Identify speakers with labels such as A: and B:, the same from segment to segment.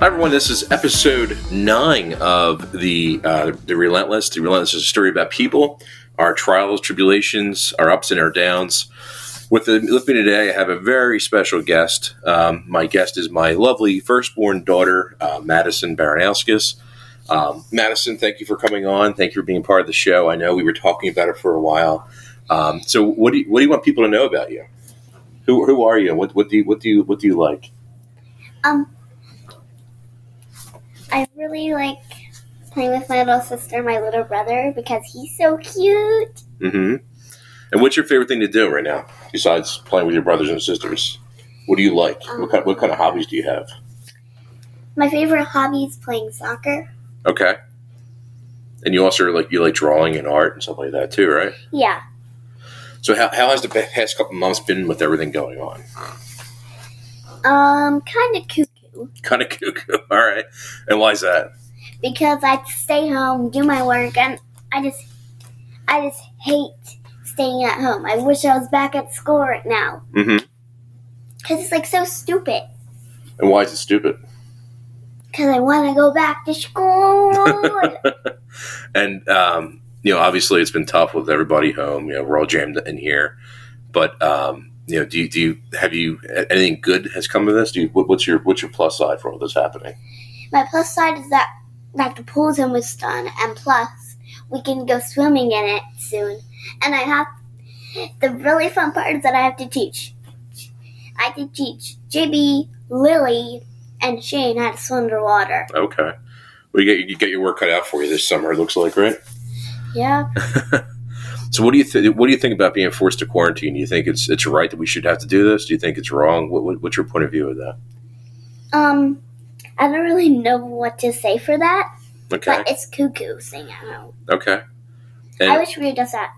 A: Hi everyone, this is episode nine of the uh, the Relentless. The Relentless is a story about people, our trials, tribulations, our ups and our downs. With, the, with me today, I have a very special guest. Um, my guest is my lovely firstborn daughter, uh, Madison Baranowskis. Um, Madison, thank you for coming on. Thank you for being part of the show. I know we were talking about it for a while. Um, so, what do you, what do you want people to know about you? Who, who are you? What, what do you what do you what do you like?
B: Um, I really like playing with my little sister, my little brother, because he's so cute.
A: hmm And what's your favorite thing to do right now besides playing with your brothers and sisters? What do you like? what, kind, what kind of hobbies do you have?
B: My favorite hobby is playing soccer.
A: Okay. And you also like you like drawing and art and stuff like that too, right?
B: Yeah,
A: So how, how has the past couple months been with everything going on?
B: um, kind of cuckoo
A: Kind of cuckoo. All right. And why is that?
B: because I'd stay home, do my work, and I just, I just hate staying at home. I wish I was back at school right now
A: hmm
B: because it's like so stupid.
A: And why is it stupid?
B: Because I want to go back to school.
A: and um, you know, obviously, it's been tough with everybody home. You know, we're all jammed in here. But um, you know, do you, do you have you anything good has come of this? Do you, what, what's your what's your plus side for all this happening?
B: My plus side is that that the pool's almost done, and plus we can go swimming in it soon. And I have the really fun part is that I have to teach. I have to teach JB, Lily, and Shane how to swim underwater.
A: Okay, well, you get you get your work cut out for you this summer. It looks like right.
B: Yeah,
A: So, what do you th- what do you think about being forced to quarantine? Do you think it's it's right that we should have to do this? Do you think it's wrong? What, what, what's your point of view of that?
B: um, I don't really know what to say for that,
A: Okay,
B: but it's cuckoo saying at home.
A: okay.
B: I
A: And
B: wish we just that.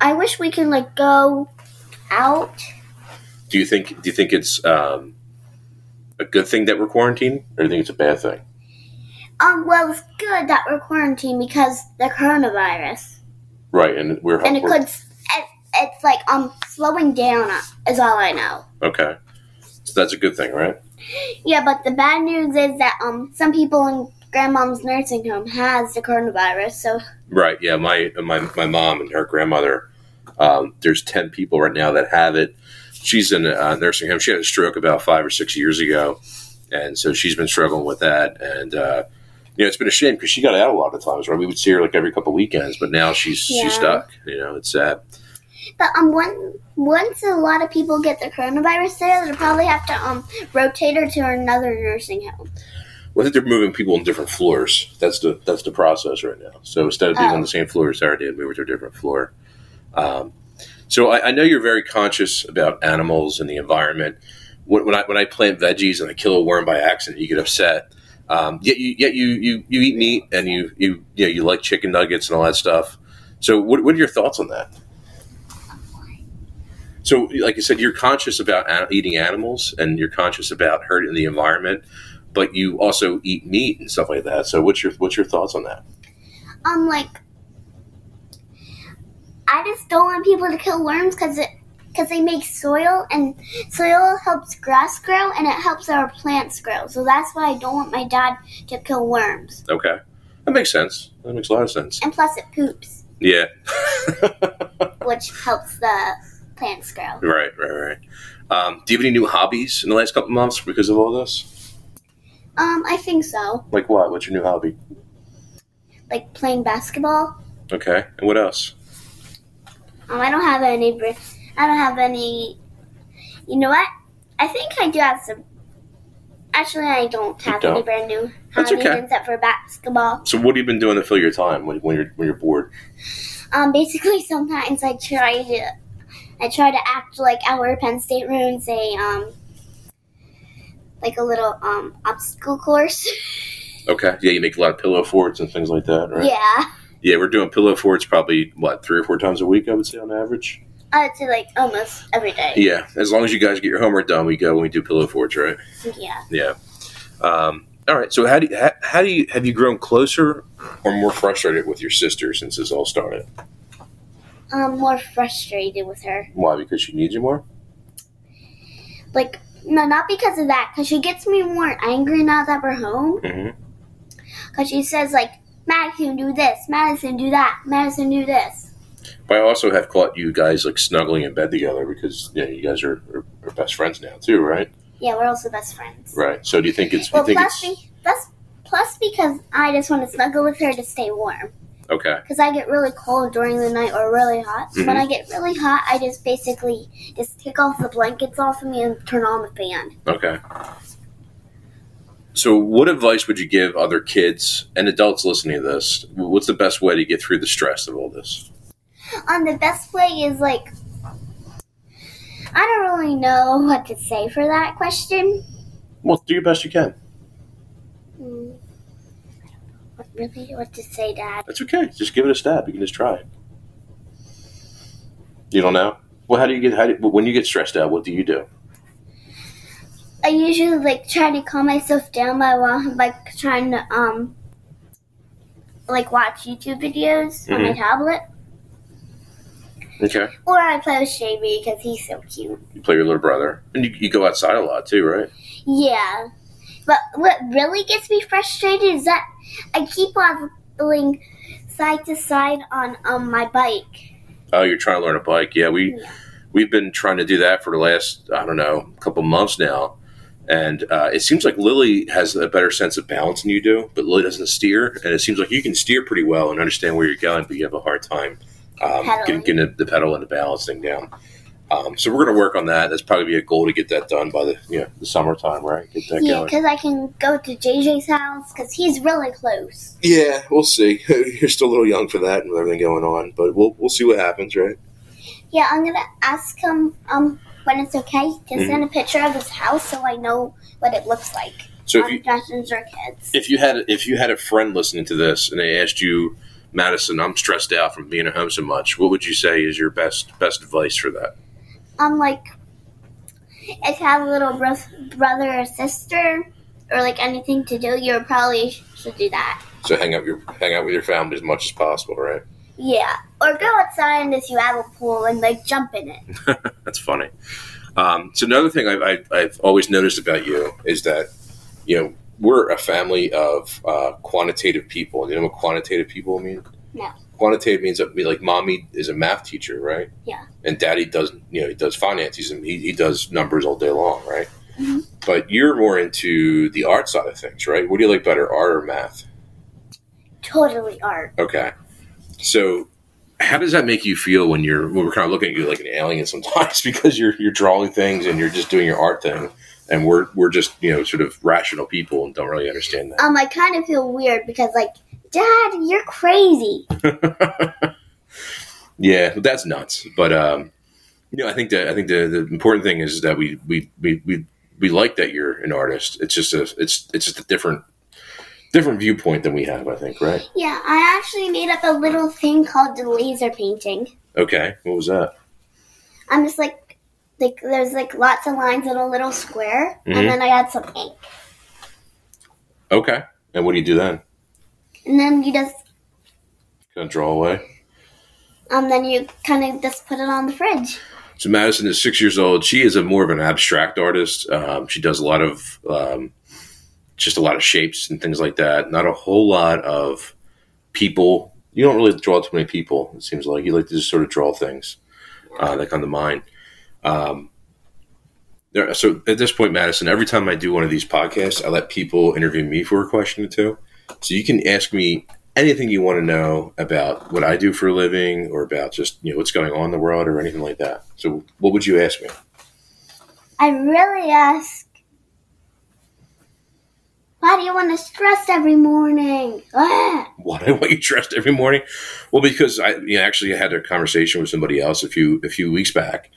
B: I wish we can like go out.
A: do you think do you think it's um, a good thing that we're quarantined, or do you think it's a bad thing?
B: Um, well, it's good that we're quarantined because the coronavirus,
A: Right, and we're
B: and it
A: we're-
B: could. It, it's like um slowing down is all I know.
A: Okay. So that's a good thing, right?
B: Yeah, but the bad news is that um some people in grandmom's nursing home has the coronavirus, so
A: Right. Yeah. My my my mom and her grandmother. Um, there's ten people right now that have it. She's in a nursing home. She had a stroke about five or six years ago, and so she's been struggling with that. And uh, you know, it's been a shame because she got out a lot of times. Right? We would see her like every couple weekends, but now she's
B: Yeah.
A: she's stuck. You know, it's sad.
B: but um one. Once a lot of people get the coronavirus there, they'll probably have to um rotate her to another nursing home.
A: Well, I think they're moving people on different floors. That's the that's the process right now. So instead of being
B: Oh.
A: on the same floor as Sarah did, move her to a different floor. Um, so I, I know you're very conscious about animals and the environment. When, when I when I plant veggies and I kill a worm by accident, you get upset. Um, yet you yet you, you you eat meat and you you you, know, you like chicken nuggets and all that stuff. So what, what are your thoughts on that? So like you said, you're conscious about an- eating animals and you're conscious about hurting the environment but you also eat meat and stuff like that. So what's your what's your thoughts on that?
B: um like I just don't want people to kill worms because it because they make soil and soil helps grass grow and it helps our plants grow. So that's why I don't want my dad to kill worms.
A: Okay, that makes sense. That makes a lot of sense.
B: And plus, it poops,
A: Yeah,
B: which helps the plants grow.
A: right, right, right. Um, do you have any new hobbies in the last couple months because of all this?
B: Um, I think so.
A: Like what? What's your new hobby?
B: Like playing basketball.
A: Okay, and what else?
B: Um, I don't have any. br- I don't have any. You know what? I think I do have some. Actually, I don't
A: You
B: have any
A: don't?
B: brand new
A: That's
B: hobbies
A: okay.
B: except for basketball.
A: So what have you been doing to fill your time when, when you're when you're bored?
B: Um, basically, sometimes I try to, I try to act like our Penn State room, say, um, like a little um obstacle course.
A: Okay, yeah, you make a lot of pillow forts and things like that, right?
B: Yeah,
A: Yeah, we're doing pillow forts probably what three or four times a week, I would say on average.
B: I would say like almost every day.
A: Yeah, as long as you guys get your homework done, we go and we do pillow forts, right?
B: Yeah.
A: Yeah. Um, all right. So how do you, how, how do you have you grown closer or more frustrated with your sister since this all started?
B: I'm more frustrated with her.
A: Why? Because she needs you more.
B: Like No, not because of that. Because she gets me more angry now that we're home.
A: hmm
B: Because she says like, Madison do this, Madison do that, Madison do this.
A: But I also have caught you guys like snuggling in bed together because you, know, you guys are, are, are best friends now too, right?
B: Yeah, we're also best friends.
A: Right. So do you think it's?
B: Well,
A: you think
B: plus,
A: it's
B: be, plus, plus because I just want to snuggle with her to stay warm.
A: okay.
B: Because I get really cold during the night or really hot. When
A: Mhm.
B: I get really hot, I just basically just take off the blankets off of me and turn on the fan.
A: Okay. So, what advice would you give other kids and adults listening to this? What's the best way to get through the stress of all this?
B: And Um, the best way is like, I don't really know what to say for that question.
A: Well, do your best you can.
B: Mm. I don't know what really what to say, Dad.
A: That's okay. Just give it a stab. You can just try it. You don't know. Well, how do you get? How do, when you get stressed out, what do you do?
B: I usually like try to calm myself down by wa- by trying to um like watch YouTube videos on my
A: Mhm.
B: tablet,
A: Okay.
B: or I play with Shavy because he's so cute.
A: You play your little brother, and you, you go outside a lot too, right?
B: Yeah, but what really gets me frustrated is that I keep wobbling side to side on um my bike.
A: Oh, you're trying to learn a bike. Yeah, we
B: Yeah.
A: we've been trying to do that for the last I don't know couple months now, and uh, it seems like Lily has a better sense of balance than you do. But Lily doesn't steer, and it seems like you can steer pretty well and understand where you're going, but you have a hard time um, getting,
B: Pedaling.
A: getting the, the pedal and the balance thing down. Um, so we're going to work on that. That's probably be a goal to get that done by the you know, the summertime, right? Get that
B: Yeah,
A: going.
B: because I can go to JJ's house because he's really close.
A: Yeah, we'll see. You're still a little young for that and with everything going on, but we'll we'll see what happens, right?
B: Yeah, I'm gonna ask him um when it's okay to
A: Mhm.
B: send a picture of his house so I know what it looks like.
A: So if
B: on
A: you,
B: Dungeons or Kids.
A: if you had if you had a friend listening to this and they asked you, Madison, I'm stressed out from being at home so much, what would you say is your best best advice for that?
B: Um, like, if you have a little bro- brother or sister, or like anything to do, you probably should do that.
A: So hang out your hang out with your family as much as possible, right?
B: Yeah, or go outside if you have a pool and like jump in it.
A: That's funny. Um, so another thing I've, I've, I've always noticed about you is that you know we're a family of uh, quantitative people. You know what quantitative people mean?
B: No.
A: Quantitative means that we, like mommy is a math teacher, right?
B: Yeah.
A: And daddy does you know he does finance. He's he, he does numbers all day long, right?
B: Mhm.
A: But you're more into the art side of things, right? What do you like better, art or math?
B: Totally art.
A: Okay. So how does that make you feel when you're when we're kind of looking at you like an alien sometimes because you're you're drawing things and you're just doing your art thing and we're we're just, you know, sort of rational people and don't really understand that.
B: Um, I kind of feel weird because like, Dad, you're crazy.
A: Yeah, but that's nuts. But um you know, I think that I think the, the important thing is that we we, we we we like that you're an artist. It's just a it's it's just a different different viewpoint than we have, I think, right?
B: Yeah, I actually made up a little thing called the laser painting.
A: Okay. What was that?
B: I'm just like, like there's like lots of lines in a little square,
A: Mhm.
B: and then I add some ink.
A: Okay. And what do you do then?
B: And then you just
A: Kind of draw away?
B: um then you kind of just put it on the fridge.
A: So Madison is six years old. She is a more of an abstract artist. Um, she does a lot of um, just a lot of shapes and things like that. Not a whole lot of people. You don't really draw too many people. It seems like you like to just sort of draw things uh, that come to mind. Um, there, so at this point, Madison, every time I do one of these podcasts, I let people interview me for a question or two. So you can ask me anything you want to know about what I do for a living or about just you know what's going on in the world or anything like that. So what would you ask me?
B: I really ask why do you want to stress every morning? Ah.
A: What I want you dressed every morning? Well, because I you know, actually had a conversation with somebody else a few a few weeks back,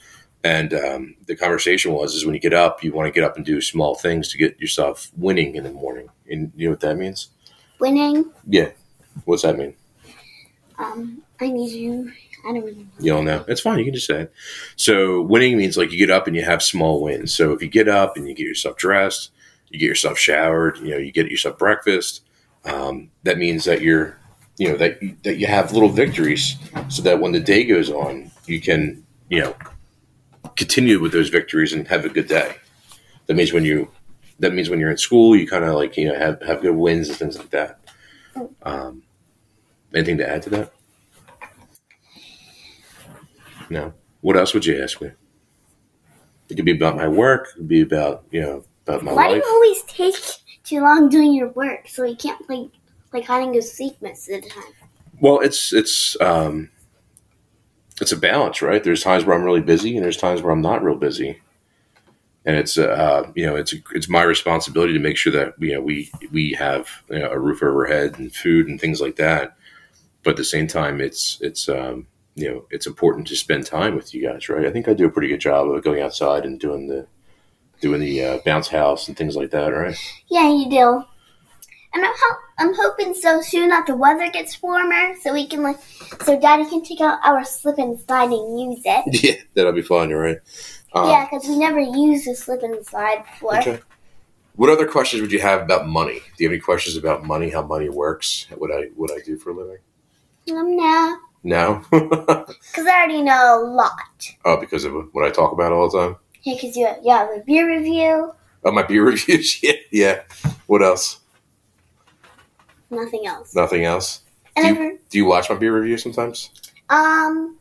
A: and um, the conversation was is when you get up, you want to get up and do small things to get yourself winning in the morning. And you know what that means?
B: Winning.
A: Yeah. What's that mean?
B: Um, I need you. I don't really know.
A: You all know. It's fine. You can just say it. So winning means like you get up and you have small wins. So if you get up and you get yourself dressed, you get yourself showered, you know, you get yourself breakfast. Um, that means that you're, you know, that you, that you have little victories, so that when the day goes on, you can, you know, continue with those victories and have a good day. That means when you that means when you're in school, you kind of like you know have have good wins and things like that. Um, anything to add to that? No. What else would you ask me? It could be about my work. It could be about you know about my
B: Why do
A: life.
B: you always take too long doing your work so you can't play like hide and go seek most of the time?
A: Well, it's it's um, it's a balance, right? There's times where I'm really busy, and there's times where I'm not real busy, and it's uh, you know it's it's my responsibility to make sure that you know we we have you know, a roof over our head and food and things like that. But at the same time, it's it's um, you know it's important to spend time with you guys, right? I think I do a pretty good job of going outside and doing the doing the uh, bounce house and things like that, right?
B: Yeah, you do. And I'm, ho- I'm hoping so soon that the weather gets warmer so we can like so Daddy can take out our slip and slide and use it.
A: Yeah, that'll be fun, right? Um,
B: Yeah, because we never used the slip and slide before.
A: Okay. What other questions would you have about money? Do you have any questions about money? How money works? What I what I do for a living?
B: Um, no,
A: No.
B: because I already know a lot.
A: oh, because of what I talk about all the time.
B: Yeah, because you you have a beer review,
A: Oh, my beer reviews. yeah, yeah. What else?
B: nothing else.
A: Nothing else.
B: And
A: you-
B: I've heard-
A: Do you watch my beer reviews sometimes?
B: um,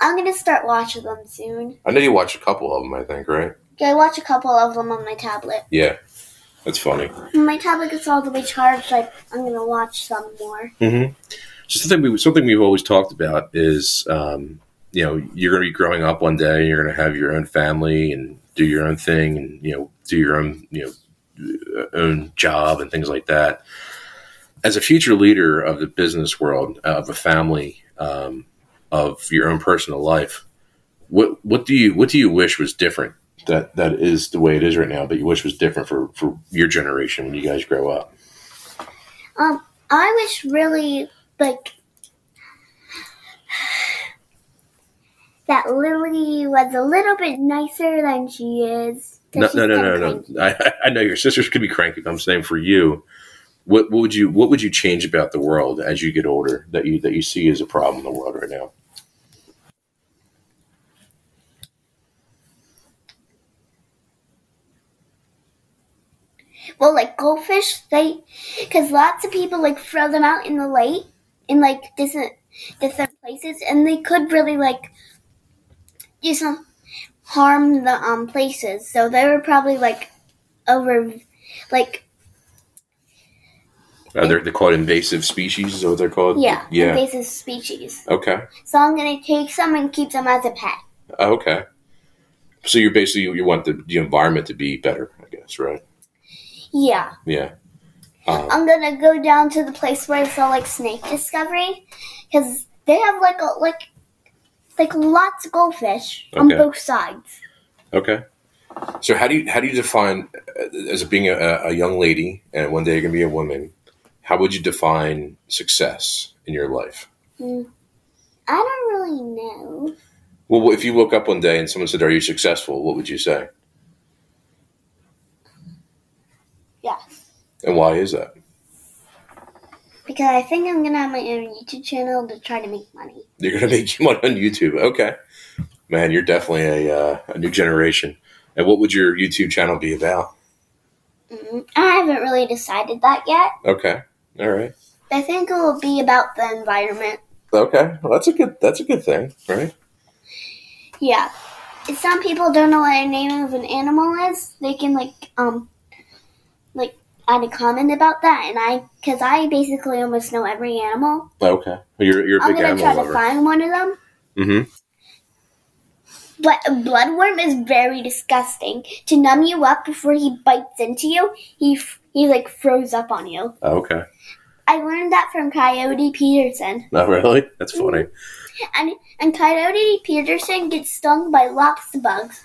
B: I'm gonna start watching them soon.
A: I know you watch a couple of them. I think, right?
B: Yeah, I watch a couple of them on my tablet.
A: Yeah. That's funny.
B: My tablet gets all the way charged. Like I'm gonna watch some more.
A: Mm-hmm. So something we something we've always talked about is um, you know you're going to be growing up one day. You're going to have your own family and do your own thing and you know do your own you know uh, own job and things like that. As a future leader of the business world uh, of a family um, of your own personal life, what what do you what do you wish was different? That that is the way it is right now, but you wish was different for for your generation when you guys grow up.
B: Um, I wish really like that Lily was a little bit nicer than she is. 'cause
A: No,
B: she's
A: no, no,
B: kinda
A: no, no.
B: cranky.
A: I, I know your sisters could be cranky. But I'm saying for you, what, what would you what would you change about the world as you get older that you that you see as a problem in the world right now?
B: Well, like goldfish, they because lots of people like throw them out in the lake in like different different places, and they could really like do some harm the um places. So they were probably like over, like
A: Uh, they're they're called invasive species. Is that what they're called?
B: yeah,
A: Yeah.
B: invasive species.
A: okay.
B: So I'm gonna take some and keep them as a pet.
A: Oh, okay. So you're basically you want the, the environment to be better, I guess, right?
B: Yeah.
A: Yeah. Um,
B: I'm gonna go down to the place where I saw like snake discovery, because they have like a, like like lots of goldfish on
A: Okay.
B: both sides.
A: Okay. So how do you how do you define uh, as being a, a young lady and one day you're gonna be a woman? How would you define success in your life?
B: I don't really know.
A: Well, if you woke up one day and someone said, "Are you successful?" What would you say,
B: Yes.
A: and why is that?
B: Because I think I'm gonna have my own YouTube channel to try to make money.
A: You're gonna make you money on YouTube. Okay, man, you're definitely a, uh, a new generation. And what would your YouTube channel be about?
B: mm I haven't really decided that yet.
A: Okay, all right,
B: I think it will be about the environment.
A: okay. Well, that's a good that's a good thing, right?
B: Yeah. If some people don't know what a name of an animal is, they can like um like add a comment about that and I cuz I basically almost know every animal.
A: Okay, you're you're a
B: I'm
A: big
B: going to try
A: animal
B: to
A: lover.
B: find one of them.
A: Mm-hmm.
B: But a bloodworm is very disgusting. To numb you up before he bites into you, he f- he like froze up on you.
A: Oh, Okay.
B: I learned that from Coyote Peterson.
A: Not really. That's funny.
B: And and Coyote Peterson gets stung by lots of bugs,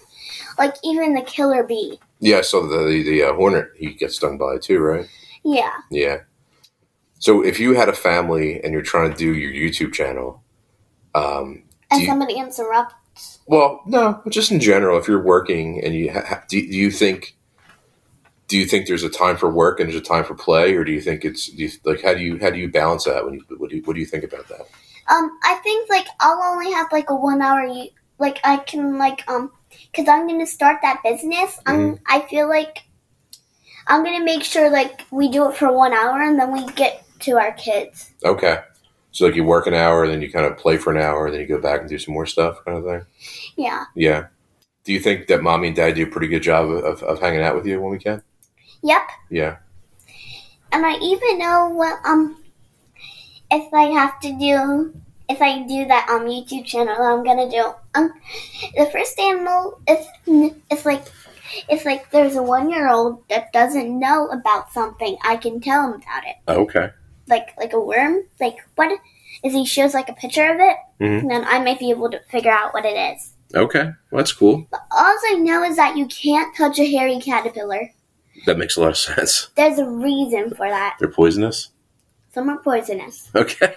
B: like even the killer bee.
A: Yeah, so the the, the uh, hornet he gets stung by too, right?
B: Yeah.
A: Yeah. So if you had a family and you're trying to do your YouTube channel, um,
B: And
A: Do you-
B: somebody interrupts.
A: well, no, but just in general, if you're working and you ha- ha- do, do you think do you think there's a time for work and there's a time for play, or do you think it's do you, like how do you how do you balance that when you what do you, what do you think about that?
B: Um, I think like I'll only have like a one hour. u- Like I can like um because I'm gonna start that business. Um, I feel like I'm gonna make sure like we do it for one hour and then we get to our kids.
A: Okay. So like you work an hour, then you kind of play for an hour, then you go back and do some more stuff, kind of thing.
B: Yeah,
A: Yeah. Do you think that mommy and dad do a pretty good job of, of hanging out with you when we can?
B: yep.
A: Yeah.
B: And I even know what um if I have to do if I do that um YouTube channel I'm gonna do um the first animal if it's like it's like there's a one year old that doesn't know about something I can tell him about it
A: Okay.
B: like like a worm like what if he shows like a picture of it
A: Mhm.
B: then I might be able to figure out what it is
A: Okay. Well, that's cool.
B: but all I know is that you can't touch a hairy caterpillar
A: That makes a lot of sense.
B: there's a reason for that
A: They're poisonous.
B: some are poisonous.
A: Okay.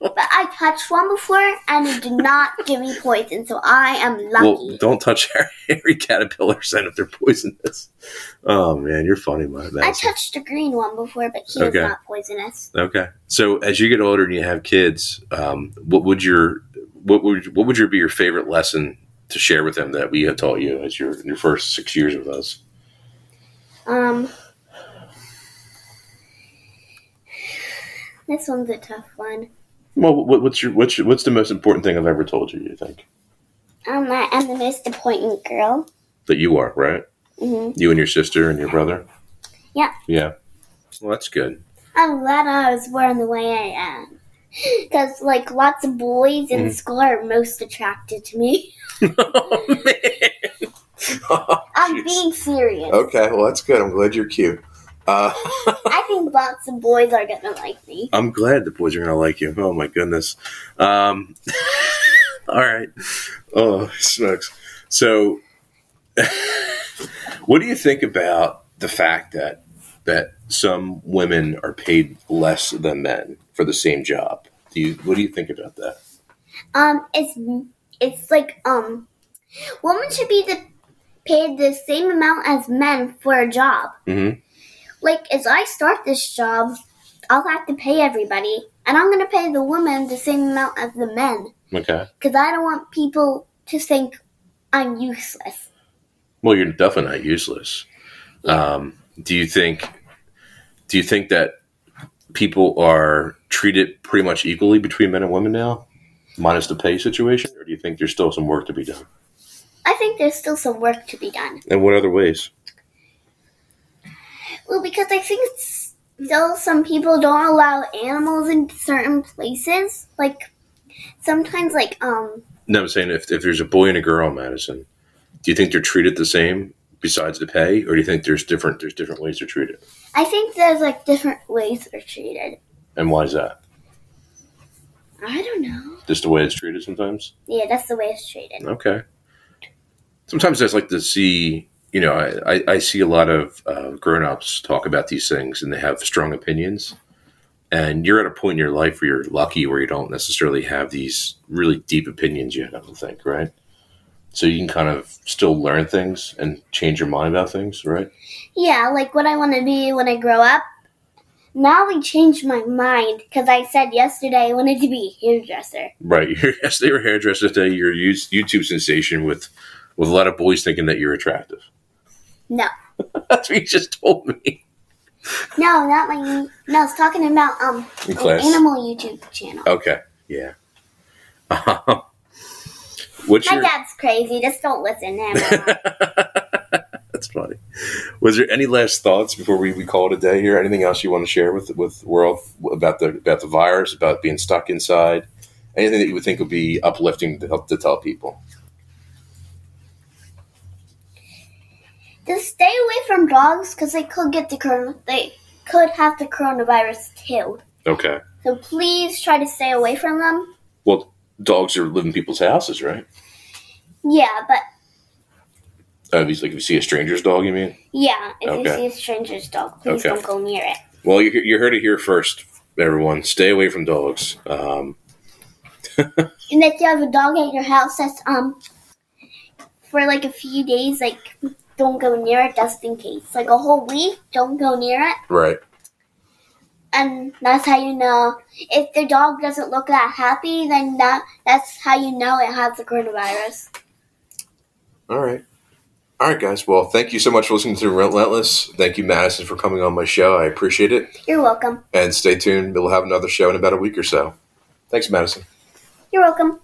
B: But I touched one before and it did not give me poison, so I am
A: Well,
B: lucky.
A: don't touch hairy caterpillars then if they're poisonous. Oh man, you're funny, my
B: I
A: man.
B: touched a green one before, but he
A: Okay.
B: was not poisonous.
A: Okay. So as you get older and you have kids, um, what would your what would what would your be your favorite lesson to share with them that we have taught you as your your first six years with us?
B: Um, this one's a tough one.
A: Well, what, what's your what's your, what's the most important thing I've ever told you? You think
B: Um, I am the most important girl.
A: that you are right?
B: hmm
A: You and your sister and your brother.
B: Yeah.
A: Yeah. Well, that's good.
B: I'm glad I was born the way I am. Because, like, lots of boys in
A: Mhm.
B: school are most attracted to me.
A: oh, man.
B: I'm
A: Jeez. Oh.
B: being serious.
A: Okay. Well, that's good. I'm glad you're cute. Uh,
B: I think lots of boys are gonna like me.
A: I'm glad the boys are gonna like you. Oh my goodness. Um, all right. Oh smokes. So, what do you think about the fact that that some women are paid less than men for the same job? Do you? What do you think about that?
B: Um, it's it's like um, women should be the, paid the same amount as men for a job.
A: Mm-hmm.
B: Like, as I start this job, I'll have to pay everybody, and I'm gonna pay the women the same amount as the men,
A: Okay.
B: cause I don't want people to think I'm useless.
A: Well, you're definitely not useless. Um, do you think? Do you think that people are treated pretty much equally between men and women now, minus the pay situation, or do you think there's still some work to be done?
B: I think there's still some work to be done.
A: And what other ways?
B: Well, because I think it's still some people don't allow animals in certain places. Like, sometimes, like um,
A: No, I'm saying if, if there's a boy and a girl in Madison, do you think they're treated the same besides the pay, or do you think there's different there's different ways they're treated?
B: I think there's like different ways they're treated.
A: And why is that?
B: I don't know.
A: Just the way it's treated sometimes.
B: Yeah, that's the way it's treated.
A: Okay. Sometimes I just like to see, you know, I, I, I see a lot of uh, grown ups talk about these things and they have strong opinions. And you're at a point in your life where you're lucky where you don't necessarily have these really deep opinions yet, I don't think, right? So you can kind of still learn things and change your mind about things, right?
B: Yeah, like what I want to be when I grow up. Now I changed my mind because I said yesterday I wanted to be a hairdresser.
A: Right. yes, they were hairdressers today. You're a Yous- YouTube sensation with, with a lot of boys thinking that you're attractive.
B: No,
A: That's what you just told me.
B: no, not my. No, I was talking about um
A: In
B: an
A: class. Oh,
B: animal YouTube channel.
A: Okay. Yeah. Um, what's
B: My
A: your?
B: dad's crazy. Just don't listen to him.
A: That's funny. Was there any last thoughts before we, we call it a day here? Anything else you want to share with with the world about the about the virus, about being stuck inside? Anything that you would think would be uplifting to help to tell people?
B: Just stay away from dogs because they could get the corona. They could have the coronavirus too.
A: Okay.
B: So please try to stay away from them.
A: Well, dogs are living in people's houses, right?
B: Yeah, but
A: Uh, if you- like if you see a stranger's dog, you mean?
B: Yeah, if
A: Okay.
B: you see a stranger's dog, please
A: Okay.
B: don't go near it.
A: Well, you, you heard it here first, everyone. Stay away from dogs. Um,
B: And if you have a dog at your house that's um for like a few days, like don't go near it just in case. Like a whole week, don't go near it.
A: right.
B: And that's how you know if the dog doesn't look that happy, then that that's how you know it has the coronavirus.
A: All right. All right, guys. Well, thank you so much for listening to Relentless. Thank you, Madison, for coming on my show. I appreciate it.
B: You're welcome.
A: And stay tuned. We'll have another show in about a week or so. Thanks, Madison.
B: You're welcome.